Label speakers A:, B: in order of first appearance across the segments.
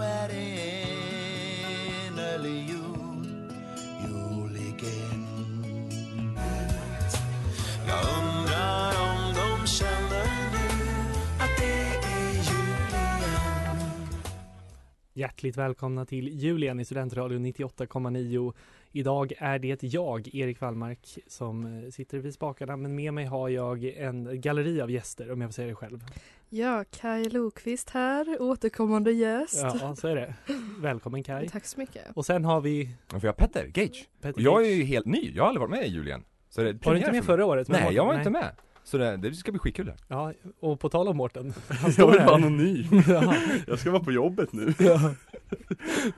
A: er er er
B: Hjärtligt välkomna till jul igen i Studentradion 98,9. Idag är det jag, Erik Wallmark, som eh, sitter vid spakarna men med mig har jag en galleri av gäster om jag får säga det själv.
C: Ja, Kaj Lokvist här, återkommande gäst.
B: Ja, så är det. Välkommen Kaj.
C: Tack så mycket.
B: Och sen har vi
D: Ja, för jag har Petter Gage.
B: Petter
D: Och jag är
B: Gage.
D: ju helt ny, jag har aldrig varit med i Julien. Så det
B: Var
D: är
B: du
D: premiär
B: inte med
D: för mig.
B: förra året?
D: Nej, jag var
B: Nej.
D: inte med. Så det, det ska bli skitkul det.
B: Ja, och på tal om Mårten. Han
E: Jag
B: står
E: vill vara
B: här.
E: anonym.
B: Ja,
E: Jag ska vara på jobbet nu.
B: det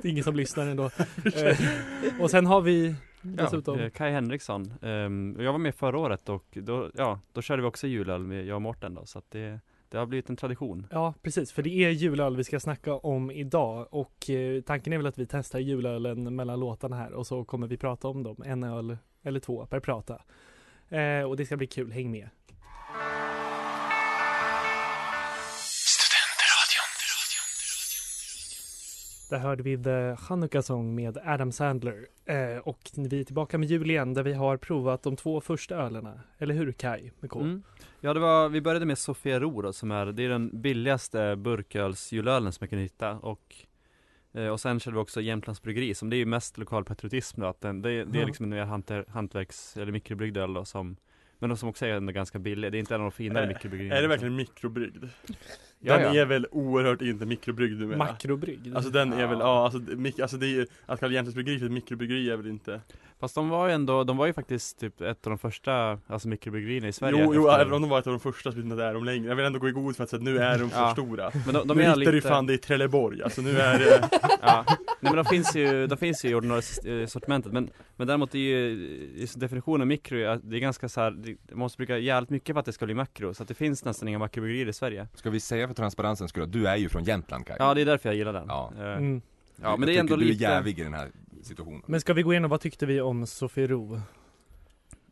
B: är ingen som lyssnar ändå. Eh, och sen har vi dessutom
F: Eh, Kai Henriksson, ehm, och jag var med förra året och då, ja, då körde vi också julöl med jag och Mårten då, så att det, det har blivit en tradition.
B: Ja precis, för det är julöl vi ska snacka om idag och eh, tanken är väl att vi testar julölen mellan låtarna här och så kommer vi prata om dem, en öl eller två per prata. Eh, och det ska bli kul, häng med! Där hörde vi The Chanukah Song med Adam Sandler. Eh, och vi är tillbaka med jul igen där vi har provat de två första ölerna. Eller hur Kai? Med K?
F: Mm. Ja, det var, vi började med Sofiero då, som är, det är den billigaste burkölsjulölen som jag kunde hitta och eh, och sen körde vi också Jämtlands Bryggeri, som det är ju mest lokal patriotism då, att den, det, det
B: Ja.
F: är liksom en mer hant- hantverks eller mikrobryggd öl då som Men de som också är ändå ganska billig, det är inte en av de finare liksom.
E: Är-
F: mikrobryggerierna
E: Är det verkligen mikrobryggd?
F: Ja,
E: Den
F: ja.
E: är väl oerhört inte mikrobryggd numera?
B: Makrobryggd.
E: Alltså den är väl, ja alltså, det- mik- alltså det är ju, att kalla Jämtlands bryggeri för ett mikrobryggeri är väl inte
F: Fast de var ju ändå, de var ju faktiskt typ ett av de första, alltså mikrobryggerierna i Sverige
E: Jo, jo
F: efter-
E: även om de var ett av de första så betyder det inte att det är de längre Jag vill ändå gå i god för att säga att nu är de för
F: Ja.
E: stora
F: Men de,
E: De
F: de
E: nu
F: är
E: hittar
F: lite...
E: du fan det i Trelleborg, alltså nu är det
F: Ja, nej men de finns ju, de finns ju i ordinarie s- eh, sortimentet men, men däremot är ju i sin definition av mikro, är att det är ganska så här, det- man måste bruka jävligt mycket för att det ska bli makro så att det finns nästan inga makrobryggerier i Sverige
D: Ska vi säga för transparensens skull att du är ju från Jämtland Kaj?
F: Ja det är därför jag gillar den
D: Ja.
F: Eh,
B: Mm.
F: ja,
D: Jag
F: men det är
D: tycker
F: ändå
D: du är
F: lite-
D: jävig i den här situationen.
B: Men ska vi gå igenom vad tyckte vi om Sofiero?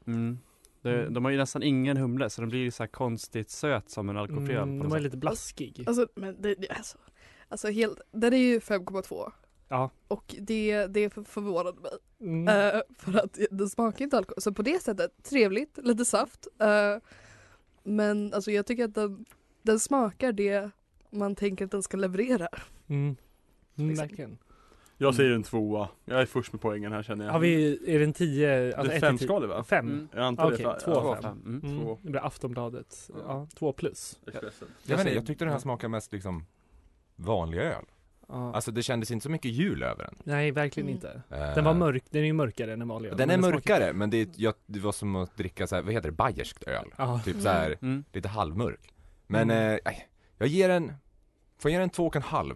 F: mm. De, de har ju nästan ingen humle så den blir ju så här konstigt söt som en alkoholfri öl
B: Mm, den
F: på något
B: var
F: sätt.
B: lite blaskig.
C: Alltså, men det, det- alltså, alltså helt, den är ju 5,2
B: Ja.
C: och det, det för- förvånade mig.
B: Mm.
C: Eh, för att den smakar inte alkohol. Så på det sättet, trevligt, lite saft. Eh, men alltså jag tycker att den, den smakar det man tänker att den ska leverera.
B: Mm. Mm,
C: Liksom.
B: verkligen.
E: Jag säger en tvåa, jag är först med poängen här känner jag
B: Har vi, är det en tio? alltså,
E: Det är
B: ett till tio?
E: femskalig va?
B: Fem?
F: Mm.
E: Jag antar
B: Okej,
E: det för-
B: två
E: ja.
B: av
F: Två
B: fem.
F: fem. Mm.
B: Mm.
E: Två.
B: Det blir Aftonbladet.
E: Ja.
B: Ja, två plus.
E: Expressen.
D: Jag, vet inte,
B: säger-
D: jag tyckte den här
B: Ja.
D: smakade mest liksom vanlig öl.
B: Ja.
D: Alltså det kändes inte så mycket jul över den.
B: Nej, verkligen
C: Mm.
B: inte.
D: Eh,
B: Den var mörk, den är ju mörkare än en vanlig öl,
D: Den är
B: men smakar-
D: mörkare men det, är- jag, det var som att dricka så här, vad heter det, bayerskt öl.
B: Ja.
D: Typ så här,
F: Mm.
D: lite halvmörk. Men
B: Mm.
D: eh, nej, jag ger den, får jag ge den två och en halv?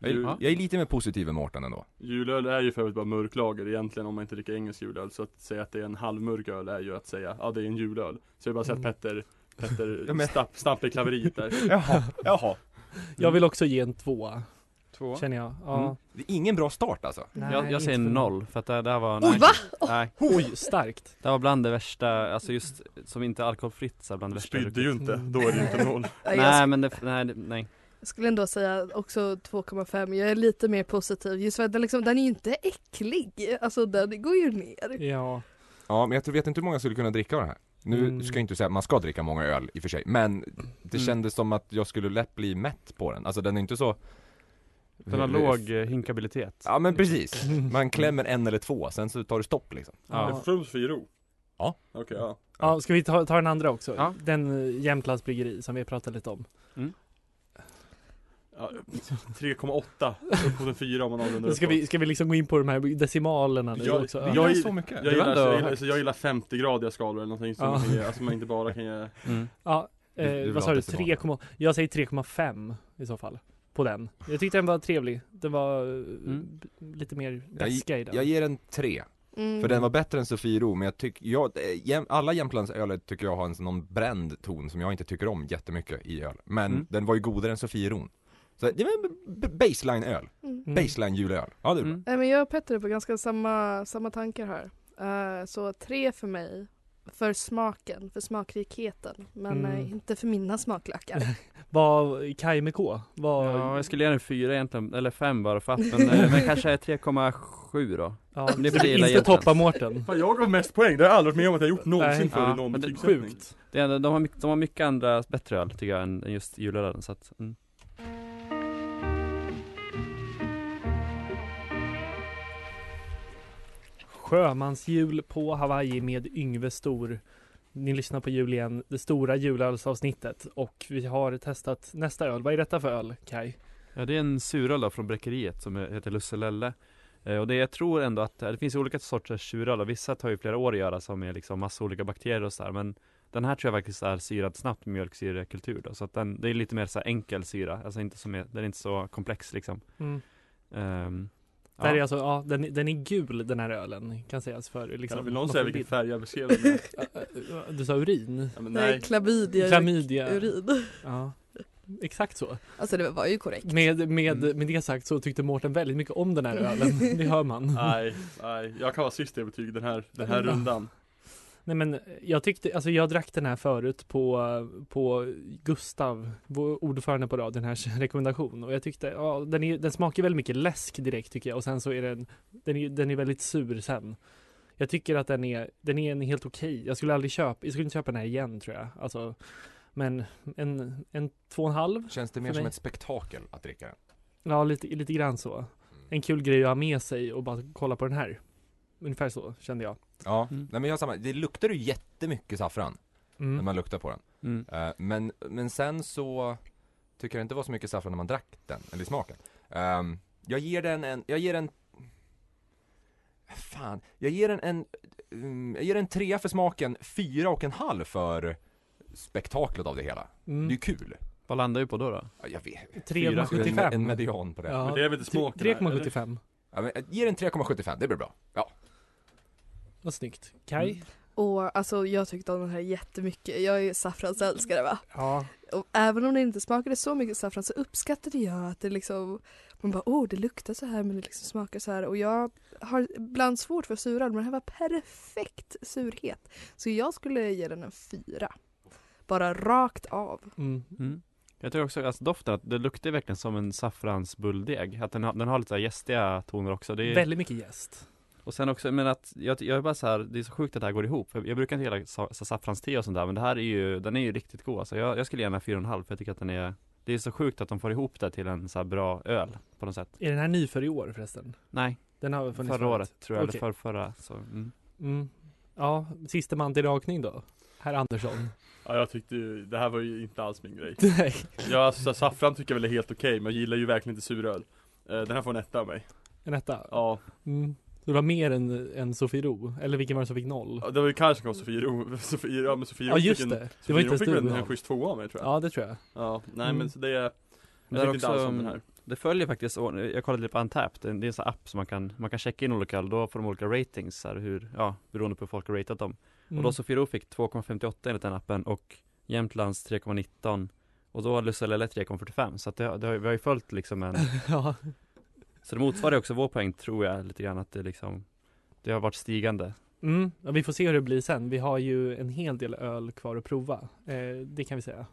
D: Jag,
E: Jul-
D: jag är lite mer positiv än Mårten ändå.
E: Julöl är ju för övrigt bara mörklager egentligen om man inte dricker engelsk julöl Så att säga att det är en halvmörk öl är ju att säga, ja det är en julöl Så jag vill bara säga att
B: Mm.
E: Petter, Petter
D: Ja, men-
E: stapp, stapp i klaveriet där
D: Jaha, jaha.
B: Jag vill också ge en tvåa,
F: Två.
B: känner jag. Ja.
F: Mm.
D: Det är ingen bra start alltså.
B: Nej,
F: jag, jag
B: inte
F: säger
B: för-
F: noll för att det, det här var
C: Oj, va?
F: Nej,
B: Oj, starkt!
F: det var bland det värsta, alltså just som inte är alkoholfritt så här, bland det
E: Du
F: värsta jag
E: spydde ju
F: druckit.
E: inte, då är det ju inte noll
C: Eh, jag
F: Nej men det, nej, det- nej
C: Jag skulle ändå säga också 2,5. Jag är lite mer positiv just för att den, liksom, den är ju inte äcklig. Alltså den går ju ner.
B: Ja.
D: Ja, men jag tror- vet inte hur många skulle kunna dricka av den här. Nu
B: Mm.
D: ska jag inte säga att man ska dricka många öl i och för sig, men det
F: Mm.
D: kändes som att jag skulle lätt bli mätt på den. Alltså den är inte så...
F: Den har
D: Hur-
F: låg eh, hinkabilitet
D: Ja men precis. Man klämmer en eller två, sen så tar det stopp liksom.
E: Det är
B: Ja.
E: fortfarande Fyro?
D: Ja.
E: Okej, ja
B: ja, ska vi ta, ta den andra också?
F: Ja.
B: Den eh, Jämtlands bryggeri som vi pratade lite om.
E: Ja, 3,8 upp mot en 4 om man avrundar
B: Ska vi, ska vi liksom gå in på de här decimalerna nu
E: Jag-
B: också?
E: jag-
D: Jag
E: gill-
D: så mycket.
E: jag
F: Det var
E: gillar,
F: ändå
E: jag gillar,
F: högt.
E: så jag gillar 50-gradiga skalor eller någonting som
B: Ja.
E: man kan ge, alltså man inte bara kan ge
F: mm.
B: Ja,
D: Du- du
B: eh,
D: vill
B: vad
D: ha
B: sa du?
D: decimaler.
B: 3, jag säger 3,5 i så fall. På den. Jag tyckte den var trevlig. Den var eh,
F: Mm.
B: b- lite mer
D: Jag,
B: beska i den.
D: jag ger en tre.
C: Mm.
D: För den var bättre än Sofiero, men jag tycker, jag, eh, jäm, alla Jämtlandsöler tycker jag har en sån någon bränd ton som jag inte tycker om jättemycket i öl. Men
F: Mm.
D: den var ju godare än Sofieron. Så det var en b- b- baseline-öl,
C: Mm.
B: Mm.
D: baseline-julöl. Ja det är bra.
F: Mm.
C: Nej, men jag och Petter är på ganska samma, samma tankar här. Eh, så tre för mig. För smaken, för smakrikheten. Men
B: Mm.
C: eh, inte för mina smaklökar.
B: Var Kaj med K? Var,
F: Ja, jag skulle ge den fyra egentligen, eller fem bara för att, men, eh, men kanske 3,7 då.
B: ja,
F: det är för
B: inte
F: illa egentligen.
B: toppa Mårten.
E: Fan, jag gav mest poäng, det har jag aldrig varit med om att jag gjort någonsin
B: Nej.
E: förr
F: Ja,
E: i någon
F: men det är
E: betygssättning.
B: Sjukt.
F: Det är, ändå- de, har mycket, de har mycket andra bättre öl tycker jag än, än just julölen så att, mm.
B: Sjömansjul på Hawaii med Yngve Stor. Ni lyssnar på jul igen, det stora julölsavsnittet och vi har testat nästa öl. Vad är detta för öl, Kaj?
F: Ja det är en suröl då från Bräckeriet som heter Lusselelle Eh, Och det jag tror ändå att, eh, det finns ju olika sorters suröl och vissa tar ju flera år att göra som är liksom massa olika bakterier och sådär men Den här tror jag faktiskt är syrad snabbt med mjölksyrekultur då så att den, det är lite mer så här enkel syra, alltså inte som är, den är inte så komplex liksom Ehm,
B: Det här
F: ja.
B: är alltså, ja, den, den är gul den här ölen kan sägas för liksom.
E: Kan vill någon
B: vad
E: säga
B: för
E: vilken färg jag beskrev den med?
B: bild? Äh, äh, Du sa urin?
E: Ja, men
C: Nej,
E: nej.
C: klamydia,
B: Klamydia?
C: urin.
B: Ja. Exakt så.
C: Alltså det var ju korrekt.
B: Med, med,
F: Mm.
B: med det sagt så tyckte Mårten väldigt mycket om den här ölen, det hör man.
E: Nej, nej, jag kan vara sist i betyg den här, den här
B: Ja.
E: rundan.
B: Nej men jag tyckte, alltså jag drack den här förut på, på Gustav, vår ordförande på radion här, rekommendation och jag tyckte, ja den, är, den smakar väldigt mycket läsk direkt tycker jag och sen så är den, den är, den är väldigt sur sen. Jag tycker att den är, den är en helt okej, jag skulle aldrig köpa, jag skulle inte köpa den här igen tror jag. Alltså, men en, en två och en halv?
D: Känns
B: För
D: det mer som
B: mig.
D: ett spektakel att dricka den?
B: Ja lite, lite grann så. En kul grej att ha med sig och bara kolla på den här. Ungefär så kände jag.
D: Ja,
F: Mm.
D: nej men jag har samma, det luktar ju jättemycket saffran när
B: Mm.
D: man luktar på den.
F: mm.
D: Eh, men, men sen så tycker jag inte det var så mycket saffran när man drack den, eller i smaken. Ehm, jag ger den en, jag ger den Fan, jag ger den en, mm, jag ger den trea för smaken, fyra och en halv för spektaklet av det hela. Det är ju
B: Mm.
D: kul.
F: Vad landar vi på då då?
D: Ja, Jag vet, en,
B: 3,75.
D: en median på det. Ja.
B: Ja,
E: Men det är väl inte smaken,
B: tre- 3,75.
D: men, jag ger den 3,75, det blir bra. Ja.
B: Vad snyggt. Mm. Kaj?
C: Och alltså jag tyckte om den här jättemycket. Jag är ju saffransälskare va.
B: Ja.
C: Och även om det inte smakade så mycket saffran så uppskattade jag att det liksom man bara åh det luktar så här men det liksom smakar så här och jag har ibland svårt för suröl men den här var perfekt surhet. Så jag skulle ge den en fyra. Bara rakt av.
B: Mm.
F: Mm. Jag tror också, alltså doften, att det luktar verkligen som en saffransbulldeg. Att den, har- den har lite så här jästiga toner också. Det är,
B: Väldigt mycket gäst.
F: och sen också, men att jag, jag är bara så här, det är så sjukt att det här går ihop. För Jag brukar inte gilla sa, så saffranste och sånt där, men det här är ju, den är ju riktigt god alltså. jag, jag skulle ge den här 4,5 för jag tycker att den är, det är så sjukt att de får ihop det till en så här bra öl på något sätt.
B: Är den här ny för i år förresten?
F: Nej,
B: Den har väl funnits
F: förra
B: förut?
F: året tror jag,
B: Okej.
F: eller för, förra. Så, mm.
B: Mm. Ja, siste man till rakning då? Herr Andersson.
E: Ja, jag tyckte ju, det här var ju inte alls min grej.
B: Nej.
E: Ja, alltså saffran tycker jag väl är helt okej, men jag gillar ju verkligen inte suröl. Eh, Den här får en etta av mig.
B: En etta?
E: Ja,
B: Mm. Så det var mer än, än Sofiero? Eller vilken var det som fick noll?
E: ja, det var ju kanske kom Sofiero, Sofiero, ja men Sofiero
B: Ja just
E: fick en,
B: det, det var inte ens
E: fick väl
B: du.
E: en, en
B: noll.
E: schysst tvåa av mig tror jag. Ja,
B: Ja det tror jag.
E: nej
B: Mm.
E: men så det, jag
F: Där
E: tyckte inte
F: också,
E: alls om den här.
F: Det följer faktiskt, jag kollade lite på Untapped, det är en sån här app som man kan, man kan checka in olika öl, då får de olika ratings här, hur, ja, beroende på hur folk har ratat dem.
B: Mm.
F: Och då Sofiero fick 2,58 enligt den appen och Jämtlands 3,19 och då har Lussellele 3,45 så att det, har- det har, vi har ju följt liksom en,
B: ja.
F: så det motsvarar ju också vår poäng tror jag lite grann att det liksom Det har varit stigande
B: Mm. ja, vi får se hur det blir sen. Vi har ju en hel del öl kvar att prova. Eh, det kan vi säga.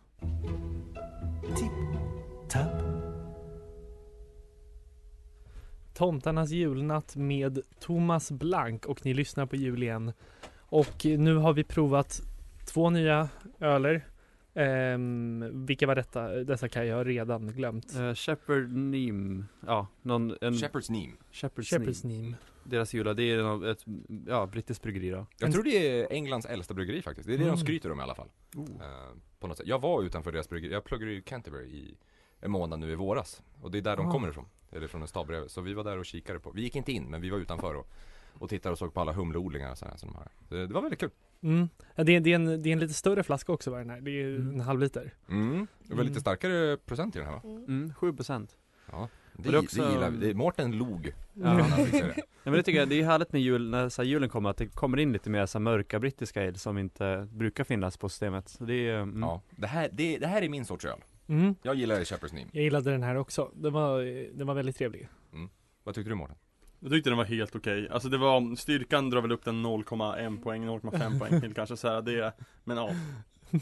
B: Tomtarnas julnatt med Thomas Blank och ni lyssnar på jul igen. Och nu har vi provat två nya öler. Ehm, vilka var detta? Dessa kan jag redan glömt.
F: eh, Shepherd Neem, ja, någon, en
D: Shepherd's Neem.
F: Shepherd's
B: Shepherd's
F: Neem.
B: Neem.
F: Deras jula, det är någon, ett, ja, brittiskt bryggeri då
D: Jag
B: En-
D: tror det är Englands äldsta bryggeri faktiskt. Det är det
B: Mm.
D: de skryter om i alla fall. Eh, på något sätt. Jag var utanför deras bryggeri, jag pluggade i Canterbury i en månad nu i våras. Och det är där de
B: Ah.
D: kommer ifrån. Eller från en stad bredvid. Så vi var där och kikade på, vi gick inte in men vi var utanför och, och tittade och såg på alla humleodlingar och sådär som de har. Så det, det var väldigt kul.
B: Mm. Ja, Det, är, det, är en, det är en lite större flaska också var den här. Det är
F: Mm.
B: en halv liter.
D: Mm. Det var
B: Mm.
D: lite starkare procent i den här va?
F: Mm, 7%
D: Ja. Det,
F: det är
D: det,
F: också-
D: gillar vi. Det, Mårten log.
F: Ja.
D: Han fixar det.
F: Ja, men det tycker jag, det är härligt med jul, när så här, julen kommer, att det kommer in lite mer så här, mörka brittiska ale som inte brukar finnas på systemet. Så det är, mm.
D: Ja. Det, här, det, det här är min sorts öl.
B: Mm.
D: Jag gillar Shepherd's Neem.
B: Jag gillade den här också. Den var, den var väldigt trevlig.
D: Vad tyckte du Mårten?
E: Jag tyckte den var helt okej, alltså det var, styrkan drar väl upp den 0,1 poäng, 0,5 poäng till kanske så här, det, är- men ja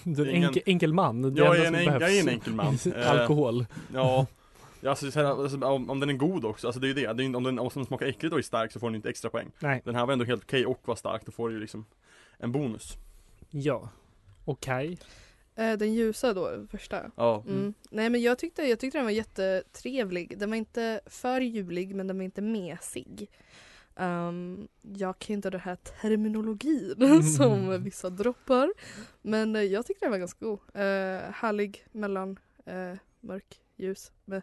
B: Du är en
E: Ingen-
B: enkel, enkel man. Det
E: Jag
B: enda
E: är
B: som
E: en en-
B: behövs.
E: jag är en enkel man. Eh,
B: Alkohol.
E: Ja, Ja, alltså, så här, alltså om, om den är god också, alltså det är ju det. det är, ju- om, den, om den smakar äckligt och är stark så får den inte extra poäng.
B: Nej.
E: Den här var ändå helt okej och var stark, då får du ju liksom en bonus.
B: Ja. Okej.
C: Eh, Den ljusa då, första.
E: Ja.
C: Mm. Nej men jag tyckte, jag tyckte den var jättetrevlig. Den var inte för julig men den var inte mesig. Ehm, jag kan ju inte den här terminologin som vissa droppar. Men eh, jag tyckte den var ganska god. Eh, härlig mellan eh, mörk, ljus. Med,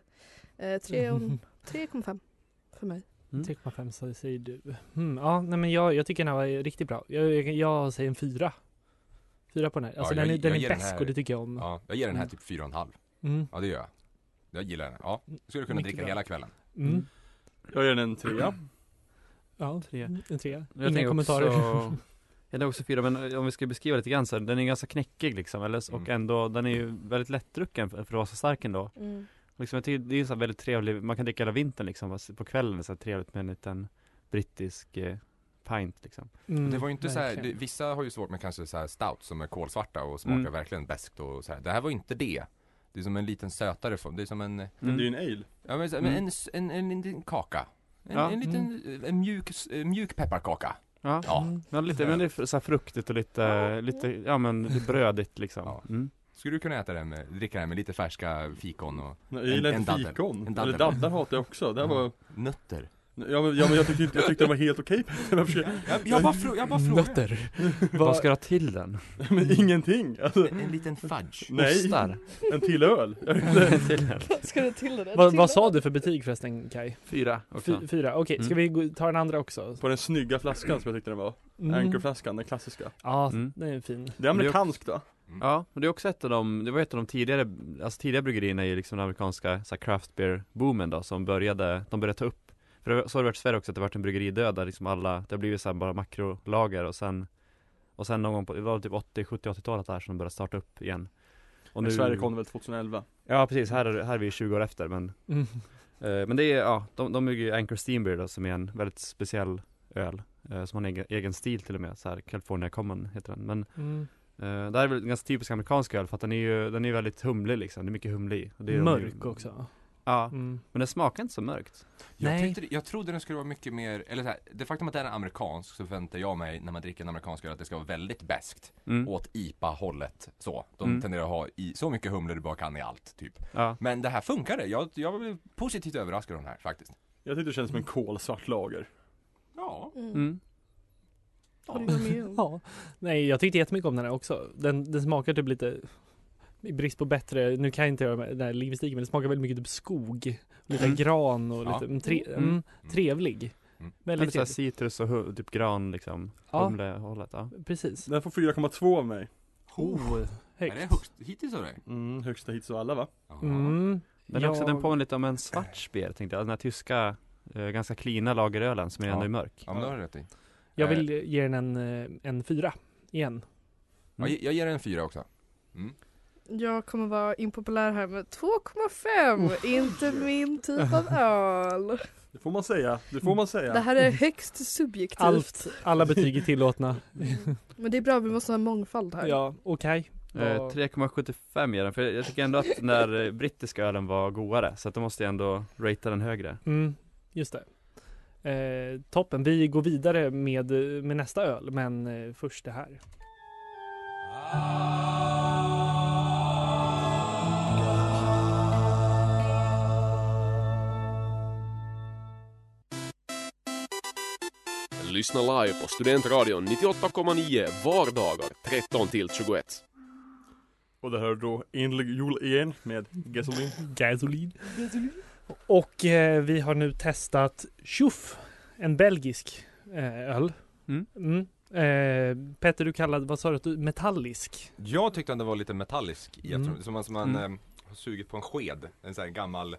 C: eh, tre
B: Mm.
C: och-
E: Mm.
C: 3,5 för mig.
B: 3,5 så säger du. Mm, ja, nej men jag, jag tycker den här var riktigt bra. Jag, jag, jag säger en fyra. Fyra på den här. Alltså
D: Ja,
B: den,
D: jag-
B: är- den
D: jag
B: är
D: ger den
B: besk
D: här-
B: och det tycker jag om.
D: Ja, jag ger den här
B: Mm.
D: typ 4,5.
B: Mm.
D: Ja, det gör jag. Jag gillar den. Ja, skulle kunna
B: Mycket
D: dricka
B: bra.
D: hela kvällen.
B: Mm.
E: Jag ger den en trea.
D: Mm.
B: Ja,
F: Tre.
B: en trea.
F: Jag
B: Inga
F: tänker
B: kommentarer.
F: Också, jag är också fyra, men eh, om vi ska beskriva lite grann så här, den är ganska knäckig liksom, eller, s- och
D: Mm.
F: ändå, den är ju väldigt lättdrucken för, för att vara så stark ändå. Liksom, jag tycker det är en så här väldigt trevlig, man kan dricka hela vintern liksom, fast på kvällen är det så här trevligt med en liten brittisk eh, pint liksom.
B: Mm,
D: det var ju inte så här, det,
B: verkligen.
D: vissa har ju svårt med kanske så här stout som är kolsvarta och smakar
F: Mm.
D: verkligen beskt och så här. Det här var ju inte det. Det är som en liten sötare form. Det är som en,
E: Men det är ju en ale.
D: ja, men, så-
F: Mm.
D: men en, s- en, en, liten kaka. En,
F: Ja.
D: en liten, eh, en mjuk, s- en mjuk pepparkaka.
F: Ja,
D: Ja.
B: Mm.
F: men lite, men det är så här fruktigt och lite, lite, ja men lite brödigt liksom.
D: Ja.
F: Mm.
D: Skulle du kunna äta den med, dricka den med lite färska fikon och
E: Nej, Jag gillar
D: En-
E: inte
D: en daddel.
E: fikon.
D: En Mm.
E: En
D: daddel.
E: daddel. daddlar hatar jag också. Det här var,
D: nötter?
E: ja, men, ja, men jag, tyckte, inte- jag tyckte den var helt okej. Jag försöker-
D: Jag, jag bara, frå, jag bara frågar.
B: Nötter.
F: Vad
B: Vad
F: ska du ha till den?
E: men ingenting. Alltså,
D: En, en liten fudge.
E: nej,
F: Ostar?
E: en till öl. Jag vet inte.
F: till den.
C: Ska du till det där?
B: vad, vad sa du för betyg förresten Kai?
F: Fyra
B: Fy,
F: också.
B: fyra, okej ska
F: Mm.
B: vi gå- ta den andra också?
E: På den snygga flaskan som jag tyckte den var.
B: Mm.
E: Anchorflaskan, den klassiska.
B: Ja,
F: Mm.
B: den är fin.
E: Det är amerikanskt va? Mm.
F: Ja, men det är också ett av de, det var ett av de tidigare, alltså tidigare bryggerierna i liksom den amerikanska så här, craft beer boomen då som började, de började ta upp För det, så har det varit i Sverige också, att det har varit en bryggeridöd där liksom alla, det har blivit så här bara makrolager och sen Och sen någon gång på, det var typ 80, 70, 80-talet där som de började starta upp igen och
E: I Sverige kom den väl 2011.
F: Ja precis, här är, här är vi 20 år efter men
B: Mm.
F: Eh, Men det är, ja, de, de brygger ju Anchor Steam Beer då, som är en väldigt speciell öl eh, Som har en egen, egen stil till och med, så här California Common heter den Men
B: Mm.
F: eh, det här är väl en ganska typisk amerikansk öl för att den är ju, den är ju väldigt humlig liksom, det är mycket humle i och det är de
B: Mörk
F: ju,
B: också.
F: Ja,
B: Mm.
F: men den smakar inte så mörkt
D: Jag,
B: Nej.
D: tyckte, det- jag trodde den skulle vara mycket mer, eller så här, det faktum att den är amerikansk så förväntar jag mig när man dricker en amerikansk öl att det ska vara väldigt beskt
F: mm.
D: åt IPA-hållet så. De
F: Mm.
D: tenderar att ha i, så mycket humle du bara kan i allt typ.
F: Ja,
D: Men det här funkade, jag, jag blev positivt överraskad av den här faktiskt.
E: Jag tyckte det kändes som en kolsvart lager.
D: Ja.
F: mm.
C: Håller jag med om.
B: Ja. Nej, jag tyckte jättemycket om den här också. Den, den smakar typ lite i brist på bättre, nu kan jag inte göra den här linguistiken, men det smakar väldigt mycket typ skog, lite
F: Mm.
B: gran och
D: Ja.
B: lite mm, tre,
F: Mm.
B: mm, trevlig.
D: Mm.
B: Väldigt
F: Lite såhär
B: trevlig.
F: citrus och hu- typ gran liksom,
B: Ja.
F: humlehållet ja
B: Precis.
E: Den får 4,2 av mig.
B: Oh,
D: Är det
B: högt.
D: högst hittills av dig?
E: Mm, högsta hits av alla va?
D: Ja.
B: Mm.
F: Den, är också, den påminner lite om en Schwarzbier tänkte jag, den här tyska, eh, ganska klina lagerölen som är
D: Ja.
F: ändå är mörk
D: Ja men det har du rätt i.
B: Jag vill ge den en, eh, en fyra igen.
D: Eh, Ja, Jag, jag ger den en fyra också. Mm.
C: Jag kommer vara impopulär här med 2,5. Inte min typ av öl.
E: Det får man säga, det
B: Mm.
E: får man säga.
C: Det här är högst subjektivt.
B: Allt, alla betyg är tillåtna.
C: Men det är bra, vi måste ha en mångfald här.
B: Ja, okej.
F: Eh,
B: Vad-
F: 3,75 ger den, för jag tycker ändå att den där eh, brittiska ölen var godare, så att då måste jag ändå ratea den högre
B: Mm, just det. Eh, toppen, vi går vidare med, med nästa öl, men eh, först det här.
G: Lyssna live på Studentradion 98,9 vardagar 13 till 21.
E: Och det här är då Inlig Jul igen med Gasoline.
B: Gasolin. Och eh, vi har nu testat Tjoff, en belgisk eh, öl.
F: Mm.
B: Eh, Petter, du kallade, vad sa du, att du- metallisk?
D: Jag tyckte att den var lite metallisk i
B: Mm.
D: efterhand, som, man- som man
B: Mm.
D: eh, har sugit på en sked, en sån här gammal,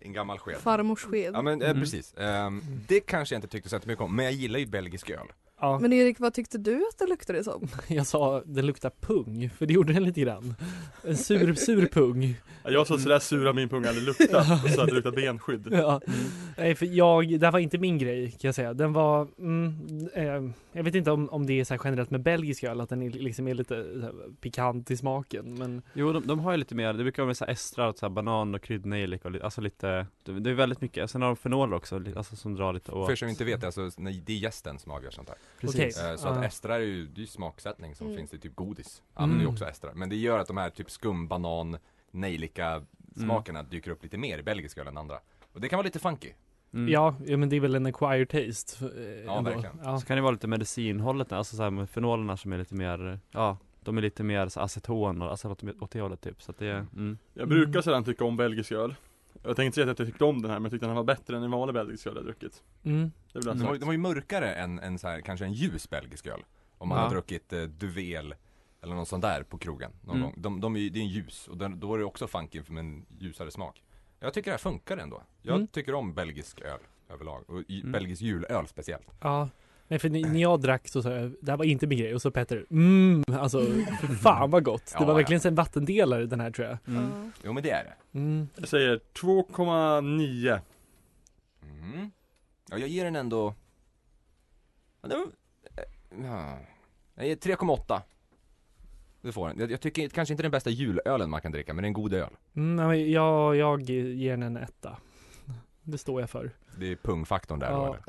D: en gammal sked.
C: Farmors sked.
D: Ja men eh,
F: Mm.
D: precis, Ehm, det kanske jag inte tyckte så mycket om, men jag gillar ju belgisk öl.
B: Ja,
C: Men Erik, vad tyckte du att det luktade som?
B: jag sa den luktar pung, för det gjorde den lite grann. En sur, sur pung.
E: Ja, Jag sa sådär sura min punga hade luktat och så hade det luktat benskydd.
B: Mm. Ja. Nej, för jag, det här var inte min grej kan jag säga. Den var, mm, eh, jag vet inte om, om det är så här generellt med belgisk öl, att den är, liksom är lite så här, pikant i smaken. Men
F: Jo, de, de har ju lite mer, det brukar vara så här estrar, så här banan och kryddnejlika och lite, alltså lite det, det är väldigt mycket, sen har de fenoler också, li- alltså som drar lite åt
D: För er som inte vet det, alltså, nej, det är gästen som avgör sånt här.
B: okej.
D: Eh, Så att
B: Ja.
D: estrar är ju, det är ju smaksättning som
C: Mm.
D: finns i typ godis. Använder ju
B: Mm.
D: också estrar. Men det gör att de här typ skum, banan, nejlika
F: Mm,
D: smakerna dyker upp lite mer i belgisk öl än andra. Och det kan vara lite funky.
F: Mm.
B: Ja, ja, men det är väl en acquired taste. eh,
D: Ja,
B: ändå.
D: verkligen.
B: Ja.
F: Så kan det vara lite medicinhållet, där, alltså så här med fenolerna som är lite mer, ja de är lite mer så här aceton och alltså åt, åt det hållet typ, så att det är, mm.
E: Jag brukar sällan tycka om belgisk öl. Jag tänkte inte säga att jag tyckte om den här men jag tyckte den här var bättre än en vanlig belgisk öl jag druckit.
B: Mm.
E: Det alltså vill jag
D: Den
E: ha
D: var,
E: sagt.
D: den var ju mörkare än, än så här, kanske en ljus belgisk öl. Om man
F: Ja.
D: har druckit eh, Duvel eller någon sån där på krogen någon
F: Mm.
D: gång. De, de är, ju- det är en ljus och den, då är det också funky för en ljusare smak. Jag tycker det här funkar ändå. Jag
B: Mm.
D: tycker om belgisk öl överlag. Och i-
F: Mm.
D: belgisk julöl speciellt.
B: Ja. Nej, för ni- när jag drack så sa jag, det här var inte min grej. Och så Petter, mm, alltså för fan vad gott. Det
D: Ja,
B: var
D: ja.
B: verkligen en vattendelare den här tror jag.
F: Mm.
C: Ja.
D: Jo men det är det.
B: Mm.
E: Jag säger 2,9.
D: Mm. Ja, jag ger den ändå... Ja, det var... eh, ja. Jag ger 3,8. Det får den. Jag, jag tycker kanske inte den bästa julölen man kan dricka, men det är en god öl.
B: Mm, ja, men jag, jag ger den en etta. Det står jag för.
D: Det är pungfaktorn där då,
B: ja.
D: eller?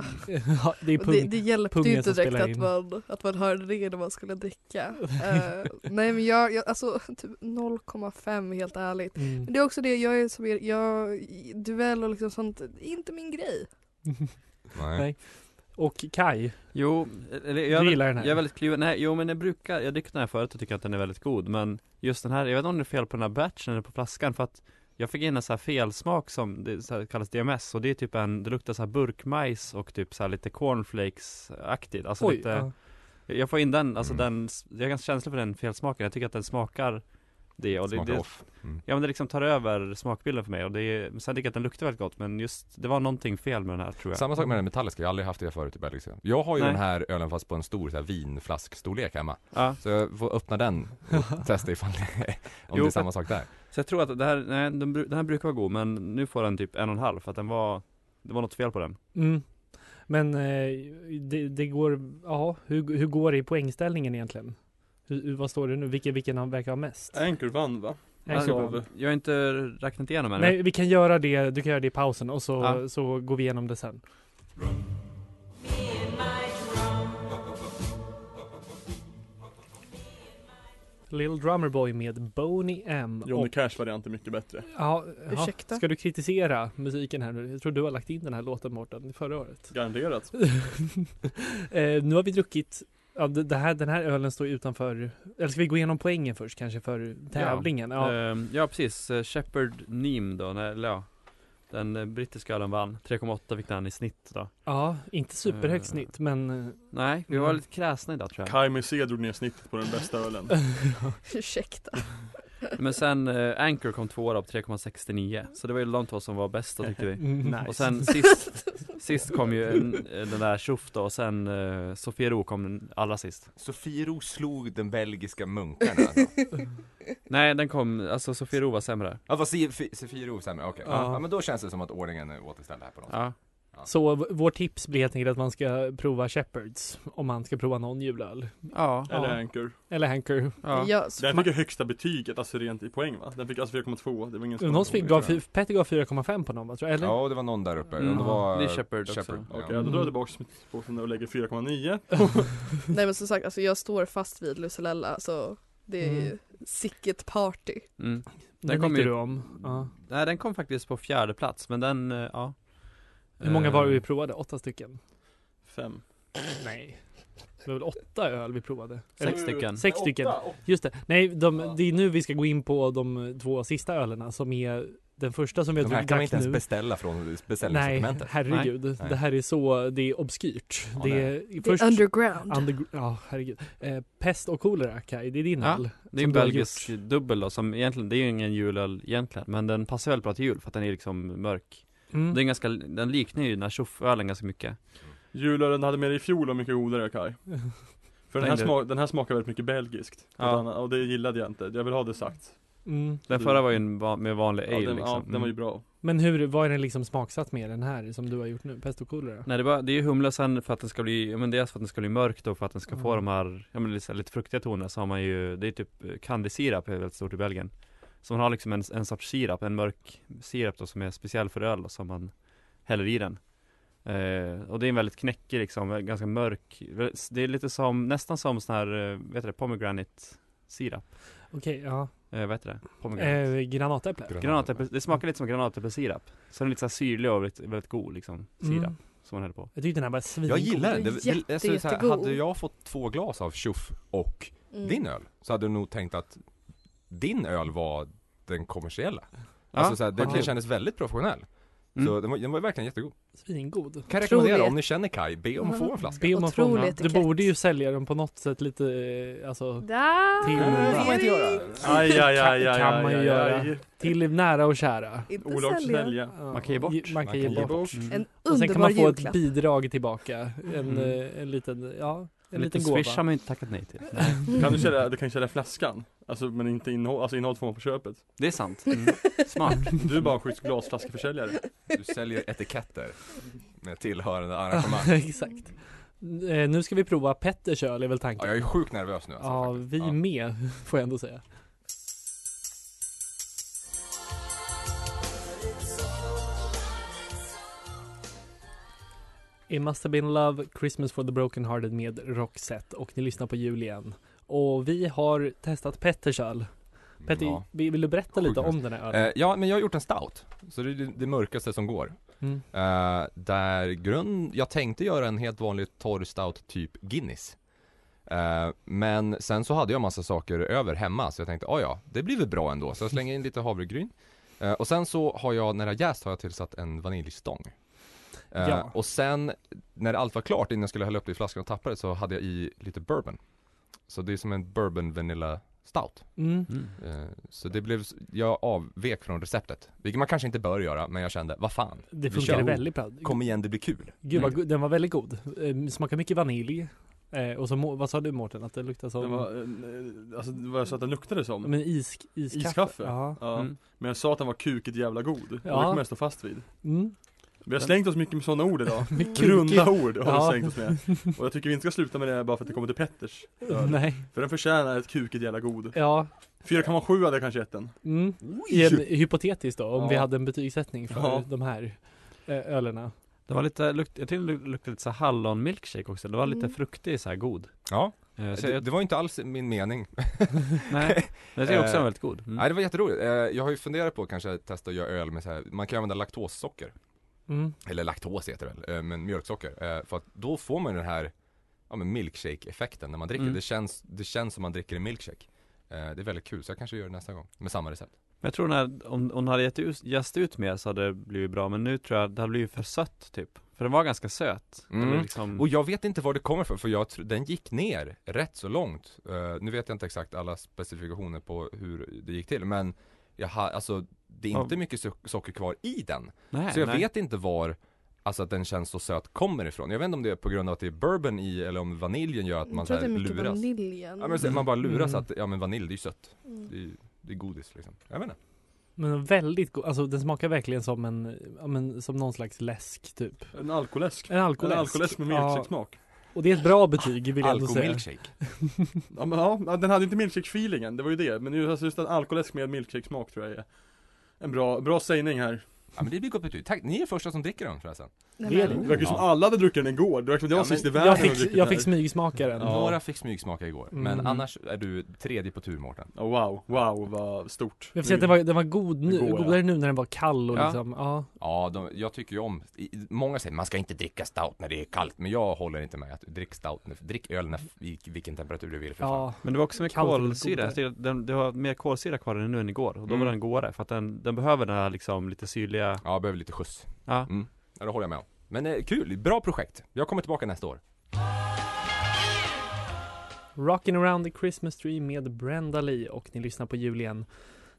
B: Ja, det är
C: Och Det,
B: pung.
C: det hjälpte
B: pungen
C: ju inte
B: som
C: direkt
B: spelar
C: att
B: in.
C: man, att man hörde det när man skulle dricka. Eh, nej men jag, jag alltså typ 0,5 helt ärligt.
B: Mm.
C: Men det är också det, jag är som er, jag, duell och liksom sånt, det är inte min grej.
B: Nej. Och Kai,
F: Jo, eller jag,
B: du gillar den här?
F: jag är väldigt kluven, nej jo men jag brukar, jag dricker den här förut och tycker att den är väldigt god men just den här, jag vet inte om det är fel på den här batchen eller på flaskan för att jag fick in en så här felsmak som det så här kallas DMS och det är typ en, det luktar så här burkmajs och typ så här lite cornflakes-aktigt alltså
B: Oj,
F: lite,
B: ja.
F: Jag får in den, alltså
D: Mm.
F: den, jag är ganska känslig för den felsmaken, jag tycker att den smakar det och det,
D: Smakar
F: det
D: off. Mm.
F: Ja men det liksom tar över smakbilden för mig och det är, sen tycker jag att den luktar väldigt gott men just, det var någonting fel med den här tror jag
D: Samma sak med den metalliska, jag har aldrig haft det förut i belgiska. Jag har ju
F: Nej.
D: den här ölen fast på en stor så här, vinflaskstorlek hemma.
F: Ja,
D: Så jag får öppna den och testa ifall det, om
F: Jo,
D: det är
F: för-
D: samma sak där.
F: så jag tror att det här, nej den, bru- den här brukar vara god men nu får den typ en och en halv för att den var, det var något fel på den
B: Mm. Men eh, det, det går, ja, hur, hur går det i poängställningen egentligen? Hur, hur- vad står det nu? Vilken, vilken han verkar ha mest?
E: Anchor vann va?
B: Nej,
F: Alltså,
B: så-
E: behöver-
F: Jag har inte räknat igenom än
B: Nej, vi kan göra det, du kan göra det i pausen och så,
F: Ja.
B: så går vi igenom det sen. Lil Drummer Boy med Boney M.
E: Johnny
B: Och,
E: Cash variant är mycket bättre.
B: ja, ja,
C: Ursäkta.
B: ska du kritisera musiken här nu? Jag tror du har lagt in den här låten Mårten, förra året.
E: Garanterat.
B: eh, nu har vi druckit, ja, det det här, den här ölen står ju utanför, eller ska vi gå igenom poängen först kanske för tävlingen? Ja.
F: Ehm, ja precis, Eh, Shepherd Neem då, nej, eller ja Den eh, brittiska ölen vann, 3,8 fick den i snitt då
B: ja, inte superhögt
F: Eh.
B: snitt men eh,
F: Nej, vi var
B: Mm.
F: lite kräsna idag tror jag
E: Kai Musée drog ner snittet på den bästa ölen.
C: Ursäkta.
F: Men sen eh, Anchor kom tvåa då på 3,69 Så det var ju de två som var bäst då tyckte vi
B: mm,
F: Och sen sist, sist kom ju en, eh, den där Tjoff då och sen eh, Sofiero kom den allra sist
D: Sofiero slog den belgiska munkarna alltså.
F: Nej den kom, alltså Sofiero var sämre
D: Ja, vad säger Sofiero sämre? Okej,
B: Ja.
D: ja. men då känns det som att ordningen är återställd här på något sätt.
F: Ja,
B: Så v- vårt tips blir helt enkelt att man ska prova Shepherds om man ska prova någon julöl.
F: ja,
E: Eller
B: Ja.
E: Anchor.
B: Eller Hanker.
F: ja.
C: Jag,
E: Den fick ju högsta betyget, alltså rent i poäng va? Den fick alltså 4,2. Det var ingen
B: Någon fick,
E: Okej,
B: gav, fy- Petter gav 4,5 på någon va, tror jag, eller?
D: Ja, det var någon där uppe.
F: Mm.
D: Det var
F: Det är Shepard också.
D: ja.
E: ja,
F: Mm.
E: då drar jag tillbaka smittspåsen och lägger 4,9.
C: nej men som sagt, alltså, jag står fast vid Lucelella så det är ju
B: Mm.
C: sicket party.
F: Mm.
B: Den
F: kom
B: tyckte
F: ju- Mm.
B: du om. Ja.
F: Nej den kom faktiskt på fjärde plats men den, eh, ja
B: Hur många var det vi
F: Eh,
B: provade? Åtta stycken?
E: Fem.
B: Nej. Det var väl åtta öl vi provade?
F: Sex stycken
B: Sex stycken. Just det. Nej, de, det är nu vi ska gå in på de två sista ölerna som är den första som vi har
D: De här
B: druckit
D: kan man inte
B: dags
D: ens
B: nu.
D: beställa från
B: typ Nej,
D: beställningssortimentet.
B: herregud.
D: Nej.
B: Det här är så, det är obskyrt.
D: Ja,
B: det
D: nej.
B: är
C: Det är underground.
B: Underg- ja, herregud. Eh, pest och kolera, Kaj, det är din
F: Ja.
B: öl.
F: Det är
B: Som
F: en
B: du har
F: belgisk dubbel då, som egentligen, det är ju ingen julöl egentligen, men den passar väldigt bra till jul för att den är liksom mörk.
B: Mm.
F: Den, är ganska, den liknar ju den här tjoffölen ganska mycket.
E: Julölen hade med i fjol var mycket godare Kaj. För den här,
F: Nej, det-
E: sma- den här smakar väldigt mycket belgiskt.
F: Ja.
E: Och den- Och det gillade jag inte, jag vill ha det sagt.
B: Mm.
F: Den förra var ju en va- med vanlig
E: Ja,
F: ale
E: den,
F: liksom.
E: ja, den var ju bra.
B: Men hur, vad är den liksom smaksatt med den här som du har gjort nu? Pest och kolera?
F: Nej det, var, det är ju humle sen för att den ska bli, ja men dels för att den ska bli mörk då för att den ska få
B: Mm.
F: de här, ja men lite, så här lite fruktiga tonerna så har man ju, det är typ eh, kandisirap är väldigt stort i Belgien. Så man har liksom en, en sorts sirap, en mörk sirap då som är speciell för öl då, som man häller i den. Eh, och det är en väldigt knäckig liksom, eh, ganska mörk, väldigt- det är lite som, nästan som sån här, eh, vad heter det, pomegranate sirap?
B: Okej, ja.
F: Eh, vad heter det? Pomegranate?
B: Eh, granatäpple?
F: granatäpple, det smakar lite som granatäppelsirap. Så den är lite så här syrlig och väldigt, väldigt god liksom, sirap
B: Mm.
F: som man häller på.
B: Jag tyckte den här var svingod.
D: Jag gillar den. Det,
C: Jätte,
D: det, alltså, så här,
C: jättegod.
D: hade jag fått två glas av tjoff och
C: Mm.
D: din öl så hade du nog tänkt att din öl var den kommersiella.
F: Ja,
D: alltså så här, den
B: okej.
D: okay. kändes väldigt professionell. Så
F: Mm.
D: den var, den var verkligen jättegod.
B: Svingod.
D: Kan jag
C: Otroligt.
D: rekommendera om ni känner Kai, be om att få en flaska.
B: Be om att få
C: Otrolig
B: den. Du
C: etikett.
B: borde ju sälja den på något sätt lite, eh, alltså
C: Där!
B: Till-
D: Nej, det får man inte göra.
E: Aj, aj, aj, aj,
B: Kan man
E: aj,
B: ju
E: aj,
B: göra.
E: aj.
B: till nära och kära.
C: Inte
E: Olagligt
C: sälja.
E: sälja.
B: Ja,
F: Man kan ge bort.
B: ge- Man kan ge bort.
C: En
B: Och sen kan
C: underbar
B: man få
C: julklapp.
B: ett bidrag tillbaka. En,
F: Mm.
B: eh, en liten, ja, en
F: En
B: liten
F: liten swish har
B: gåva.
F: man ju inte tackat nej till.
C: Mm.
E: Kan du sälja, du kan ju sälja flaskan. Alltså men inte innehåll, alltså innehåll får man på köpet.
F: Det är sant. Smart.
E: Du är bara en schysst glasflaskeförsäljare.
D: Du säljer etiketter med tillhörande arrangemang.
B: Exakt. Eh, Nu ska vi prova Petters öl är väl
D: Ja,
B: tanken.
D: jag är sjukt nervös nu alltså,
B: Ja,
D: faktiskt.
B: vi med får jag ändå säga. It must have been love, Christmas for the broken hearted med Roxette och ni lyssnar på jul igen. Och vi har testat Petters öl. Petter,
D: Ja.
B: vi- vill du berätta
D: Sjukt
B: lite
D: nice.
B: om den här ölen?
D: Eh, ja, men jag har gjort en stout. Så det är det, det mörkaste som går.
B: Mm.
D: Eh, där grund, jag tänkte göra en helt vanlig torr stout typ Guinness. Eh, men sen så hade jag massa saker över hemma så jag tänkte, ah, ja, det blir väl bra ändå. Så jag slänger in lite havregryn. Eh, och sen så har jag, när det har jäst har jag tillsatt en vaniljstång. Eh,
B: Ja.
D: Och sen när allt var klart innan jag skulle hälla upp det i flaskan och tappa det så hade jag i lite bourbon. Så det är som en bourbon vanilla stout.
B: Mm.
D: Eh, Så det blev, jag avvek från receptet. Vilket man kanske inte bör göra, men jag kände, vad fan.
B: Det
D: vi kör.
B: funkade väldigt bra.
D: Kom igen, det blir kul.
B: Gud vad go- den var väldigt god. Eh, Smakar mycket vanilj. Eh, Och så, må- vad sa du Mårten, att det luktar
E: Den
B: som?
E: var, eh, alltså det var så att den luktade som.
B: Men isk, iskaffe.
E: Iskaffe?
B: Ja.
E: Ja.
F: Mm.
E: Men jag sa att den var kukigt jävla god. Ja.
B: Ja.
E: Det kommer jag stå fast vid.
B: Mm.
E: Vi har slängt oss mycket med sådana ord idag.
B: Med
E: Runda ord har
B: Ja.
E: vi slängt oss med. Och jag tycker vi inte ska sluta med det bara för att det kommer till Petters.
B: Nej,
E: För den förtjänar ett kukigt jävla god.
B: ja.
E: 4,7 hade jag kanske gett den.
B: Mm. I en, hypotetiskt då, om
E: Ja.
B: vi hade en betygssättning för
E: Ja.
B: de här eh, ölerna.
F: Det var lite, lukt, jag tyckte det luktade lite så här hallonmilkshake också, det var lite
C: Mm.
F: fruktig så här god.
D: Ja,
F: Eh,
D: det,
F: Så jag, Mm.
D: det var inte alls min mening.
F: nej, jag tycker också
D: Eh,
F: den var väldigt god. Mm.
D: Nej, det var jätteroligt. Eh, Jag har ju funderat på att kanske testa att göra öl med så här, man kan ju använda laktossocker.
B: Mm.
D: Eller laktos heter det väl, eh, men mjölksocker. Eh, För att då får man ju den här, ja men milkshake-effekten när man dricker.
F: Mm.
D: Det, känns, det känns som man dricker en milkshake. Eh, Det är väldigt kul, så jag kanske gör det nästa gång med samma recept.
F: Men jag tror när, om om hon hade gett ut, jäst ut mer så hade det blivit bra, men nu tror jag det hade blivit för sött typ. För den var ganska söt.
D: Mm.
F: Det var liksom,
D: Och jag vet inte var det kommer ifrån för jag tr- den gick ner rätt så långt. Eh, nu vet jag inte exakt alla specifikationer på hur det gick till men jag ha, alltså det är
F: Ja.
D: inte mycket so- socker kvar i den.
F: nej,
D: så jag
F: nej.
D: vet inte var Alltså att den känns så söt kommer ifrån. Jag vet inte om det är på grund av att det är bourbon i eller om vaniljen gör att man
C: jag tror att det
D: såhär
C: är mycket
D: luras.
C: vaniljen.
D: Ja men så, man bara luras
B: Mm.
D: att, ja men vanilj det är ju sött.
C: Mm.
D: Det är, ju- det är godis liksom. Jag vet inte.
B: Men väldigt god, alltså den smakar verkligen som en, ja men som någon slags läsk typ.
E: En alkoläsk.
B: En
E: En
B: alkoläsk.
E: alkoläsk med milkshake-smak.
B: Ja, och det är ett bra betyg vill jag ändå säga.
D: Alkomilkshake.
E: Ja. men ja, ja, den hade inte milkshake-feelingen, det var ju det. Men ju- alltså just en alkoläsk med milkshake-smak tror jag är en bra, bra sägning här.
D: Ja men det blir gott betyg. Tack, ni är första som dricker den förresten.
C: Nej,
B: Det är
C: men-
E: Det verkar som alla hade druckit den igår, det verkar som att jag
D: Ja,
E: var
D: men
E: sist i världen
B: Jag
E: att
B: fick,
E: dricka
B: jag
E: den
B: fick
E: här.
B: smygsmaka den.
D: Några fick smygsmaka igår, men
B: Mm.
D: annars är du tredje på tur Mårten.
E: Ja, Wow, wow vad stort
B: Jag får säga att den var, den var god nu,
E: Igår, ja.
B: godare nu när den var kall och
D: Ja.
B: liksom, ja.
D: Ja, de, jag tycker ju om, i- i- många säger man ska inte dricka stout när det är kallt, men jag håller inte med att drick stout, när- drick öl när, i vilken temperatur du vill för fan.
B: ja.
F: Men det var också med
B: Kallt eller
F: kolsyra,
B: godare?
F: Jag tycker att den, det var mer kolsyra kvar än nu än igår och då
D: Mm.
F: var den godare för att den, den behöver den här liksom lite syrliga,
D: Ja, jag behöver lite skjuts.
F: ja.
D: Mm. Ja, det håller jag med om. Men eh, kul, bra projekt. Jag kommer tillbaka nästa år.
B: Rockin' around the Christmas tree med Brenda Lee och ni lyssnar på jul igen.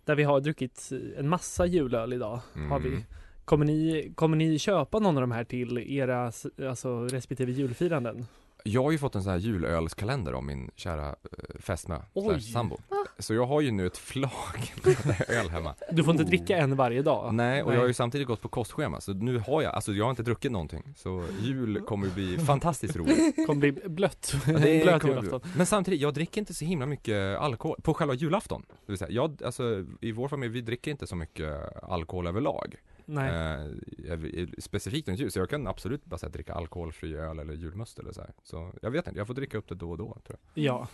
B: Där vi har druckit en massa julöl idag. Har vi.
D: Mm.
B: Kommer, ni, kommer ni köpa någon av de här till era s- alltså, respektive julfiranden?
D: Jag har ju fått en sån här julölskalender av min kära eh, fästmö,
B: Oj. Ah.
D: slash sambo. Så jag har ju nu ett flak med öl hemma.
B: Du får inte dricka en varje dag.
D: Nej, och jag har ju samtidigt gått på kostschema, så nu har jag, alltså jag har inte druckit någonting. Så jul kommer ju bli fantastiskt roligt.
B: kommer bli blött.
D: Ja,
B: blöt
D: kommer bli-
B: julafton.
D: Men samtidigt, jag dricker inte så himla mycket alkohol, på själva julafton. Det vill säga, jag, alltså i vår familj, vi dricker inte så mycket alkohol överlag.
B: Nej.
D: Eh, jag- specifikt runt jul, så jag kan absolut bara så här, dricka alkoholfri öl eller julmust eller så här. Så jag vet inte, jag får dricka upp det då och då tror jag.
B: Ja,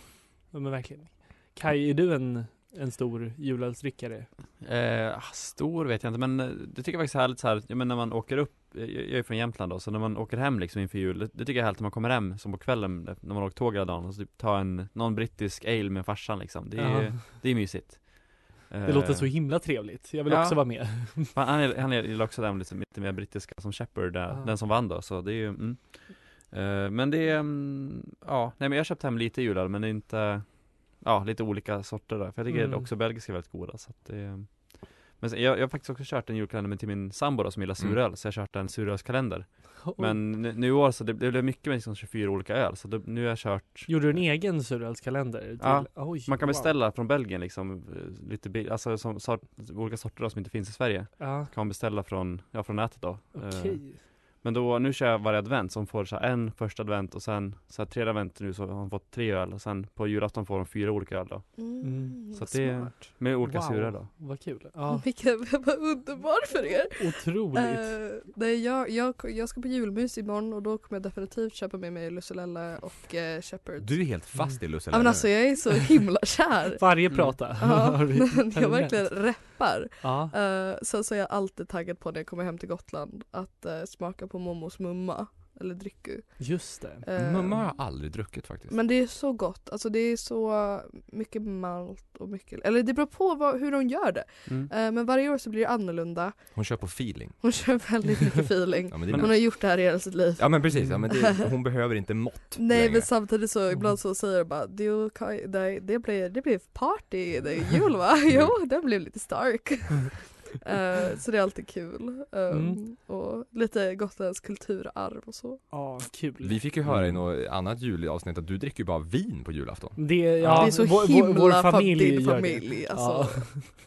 B: Ja, men verkligen. Kaj, är du en, en stor julölsdrickare?
F: Eh, stor vet jag inte, men eh, det tycker jag faktiskt är härligt så här, jag menar när man åker upp, eh, jag jag är från Jämtland då, så när man åker hem liksom inför jul, det, det tycker jag är härligt när man kommer hem som på kvällen, eh, när man åker tåg hela dagen, och så typ ta en, någon brittisk ale med farsan liksom, det är,
B: Ja.
F: det är mysigt Eh.
B: Det låter så himla trevligt. Jag vill
F: ja.
B: också vara med.
F: han, han, är- han är- gillar också den lite, lite mer brittiska som Shepard, där,
B: Ja.
F: den som vann då, så det är ju, mm. Eh, Men det är, mm, ja, nej men jag har köpt hem lite julöl men det är inte, ja lite olika sorter där, för jag tycker
B: Mm.
F: också belgiska är väldigt goda så att det är, men sen, jag, jag har faktiskt också kört en julkalender men till min sambo då, som gillar
D: Mm.
F: suröl, så jag har kört en surölskalender Men nu, nu i år så, det, det blev mycket med liksom 24 olika öl, så då, nu har jag kört
B: Gjorde du en egen surölskalender? till-
F: Ja.
B: Oj,
F: Man kan
B: wow.
F: beställa från Belgien liksom, eh, lite bil, alltså som, sort, olika sorter då, som inte finns i Sverige
B: Ja,
F: Kan man beställa från, ja från nätet då Eh,
B: okej.
F: Men då, nu kör jag varje advent som får så här en första advent och sen så här tredje advent nu så har de fått tre öl och sen på julafton får de fyra olika öl då
C: Mm,
B: Mm.
F: Så
C: vad
F: att det är
C: smart.
F: med olika
B: Wow.
F: sura då
B: Vad kul. Ja,
C: Vilket vad underbart för er!
B: otroligt.
C: Eh, nej, jag, jag, jag ska på julmys imorgon och då kommer jag definitivt köpa med mig Lussellella och uh, Shepard.
D: Du är helt fast i Lusse
C: Ja men alltså jag är så himla kär!
B: Varje
F: mm.
B: prata.
C: eh, Ja,
B: har vi-
C: men
B: har vi
C: jag
B: nämnt.
C: verkligen reppar.
B: Ja.
C: Eh, sen så är jag alltid taggad på när jag kommer hem till Gotland att eh, smaka på Momos mumma eller dricku.
B: Just det.
C: Eh,
D: Mumma har jag aldrig druckit faktiskt.
C: Men det är så gott, alltså det är så mycket malt och mycket, eller det beror på vad, hur de gör det.
F: mm.
C: Eh, men varje år så blir det annorlunda.
D: Hon kör på feeling.
C: Hon kör väldigt mycket feeling.
D: Ja men, det är
C: Hon
D: nice.
C: har gjort det här i hela sitt liv.
D: ja, men precis, ja, men det, hon behöver inte mått
C: Nej
D: längre.
C: men samtidigt
B: Mm.
C: så ibland så säger jag bara du, Kaj, nej, det blev det blev party, det är jul va? Jo, den blev lite stark. Eh, så det är alltid kul. Eh,
B: Mm.
C: Och lite gotländskt kulturarv och så.
B: Ja, kul.
D: Vi fick ju höra i något annat julavsnitt att du dricker ju bara vin på julafton.
B: Det, ja,
C: det är så
B: vår,
C: himla
B: vår, vår
C: familj,
B: familj,
C: din
B: gör det.
C: familj alltså.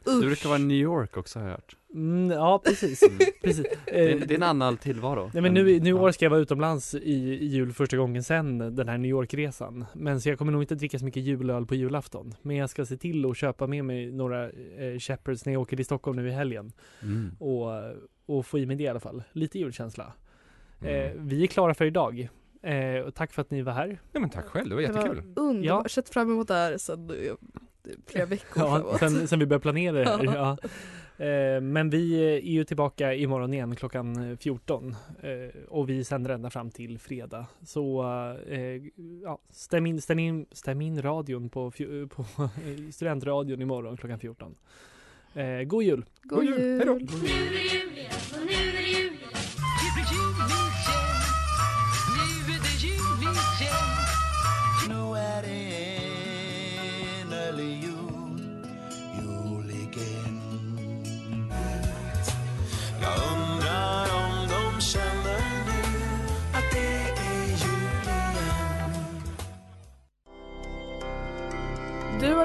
F: Du brukar vara i New York också har jag hört
B: Mm, ja, precis. precis.
F: det,
B: Eh,
F: är- det är en annan tillvaro
B: Nej men nu, i- nu i
F: Ja.
B: år ska jag vara utomlands i, i jul första gången sen den här New York-resan. Men så jag kommer nog inte dricka så mycket julöl på julafton. Men jag ska se till att köpa med mig några eh, Shepherds när jag åker till Stockholm nu i helgen.
F: mm.
B: Och, och få i mig det i alla fall. Lite julkänsla.
D: Mm.
B: Eh, vi är klara för idag. Eh, och tack för att ni var här.
D: Nej men tack själv, det var
C: Det var
D: jättekul.
C: underbart,
B: Ja.
C: sett fram emot det här sedan eh, flera veckor
B: Ja,
C: framåt.
B: sen, sen vi började planera det här.
C: Ja.
B: Ja. Eh, men vi är ju tillbaka imorgon igen klockan 14 eh, och vi sänder ända fram till fredag. Så eh, ja, stäm, in, stäm, in, stäm in radion på, fju- på studentradion imorgon klockan 14. Eh, god jul!
C: God jul!
D: Hejdå.
A: Nu är det enlig jul, jul igen Jag undrar om de känner nu att det är jul igen
H: Du har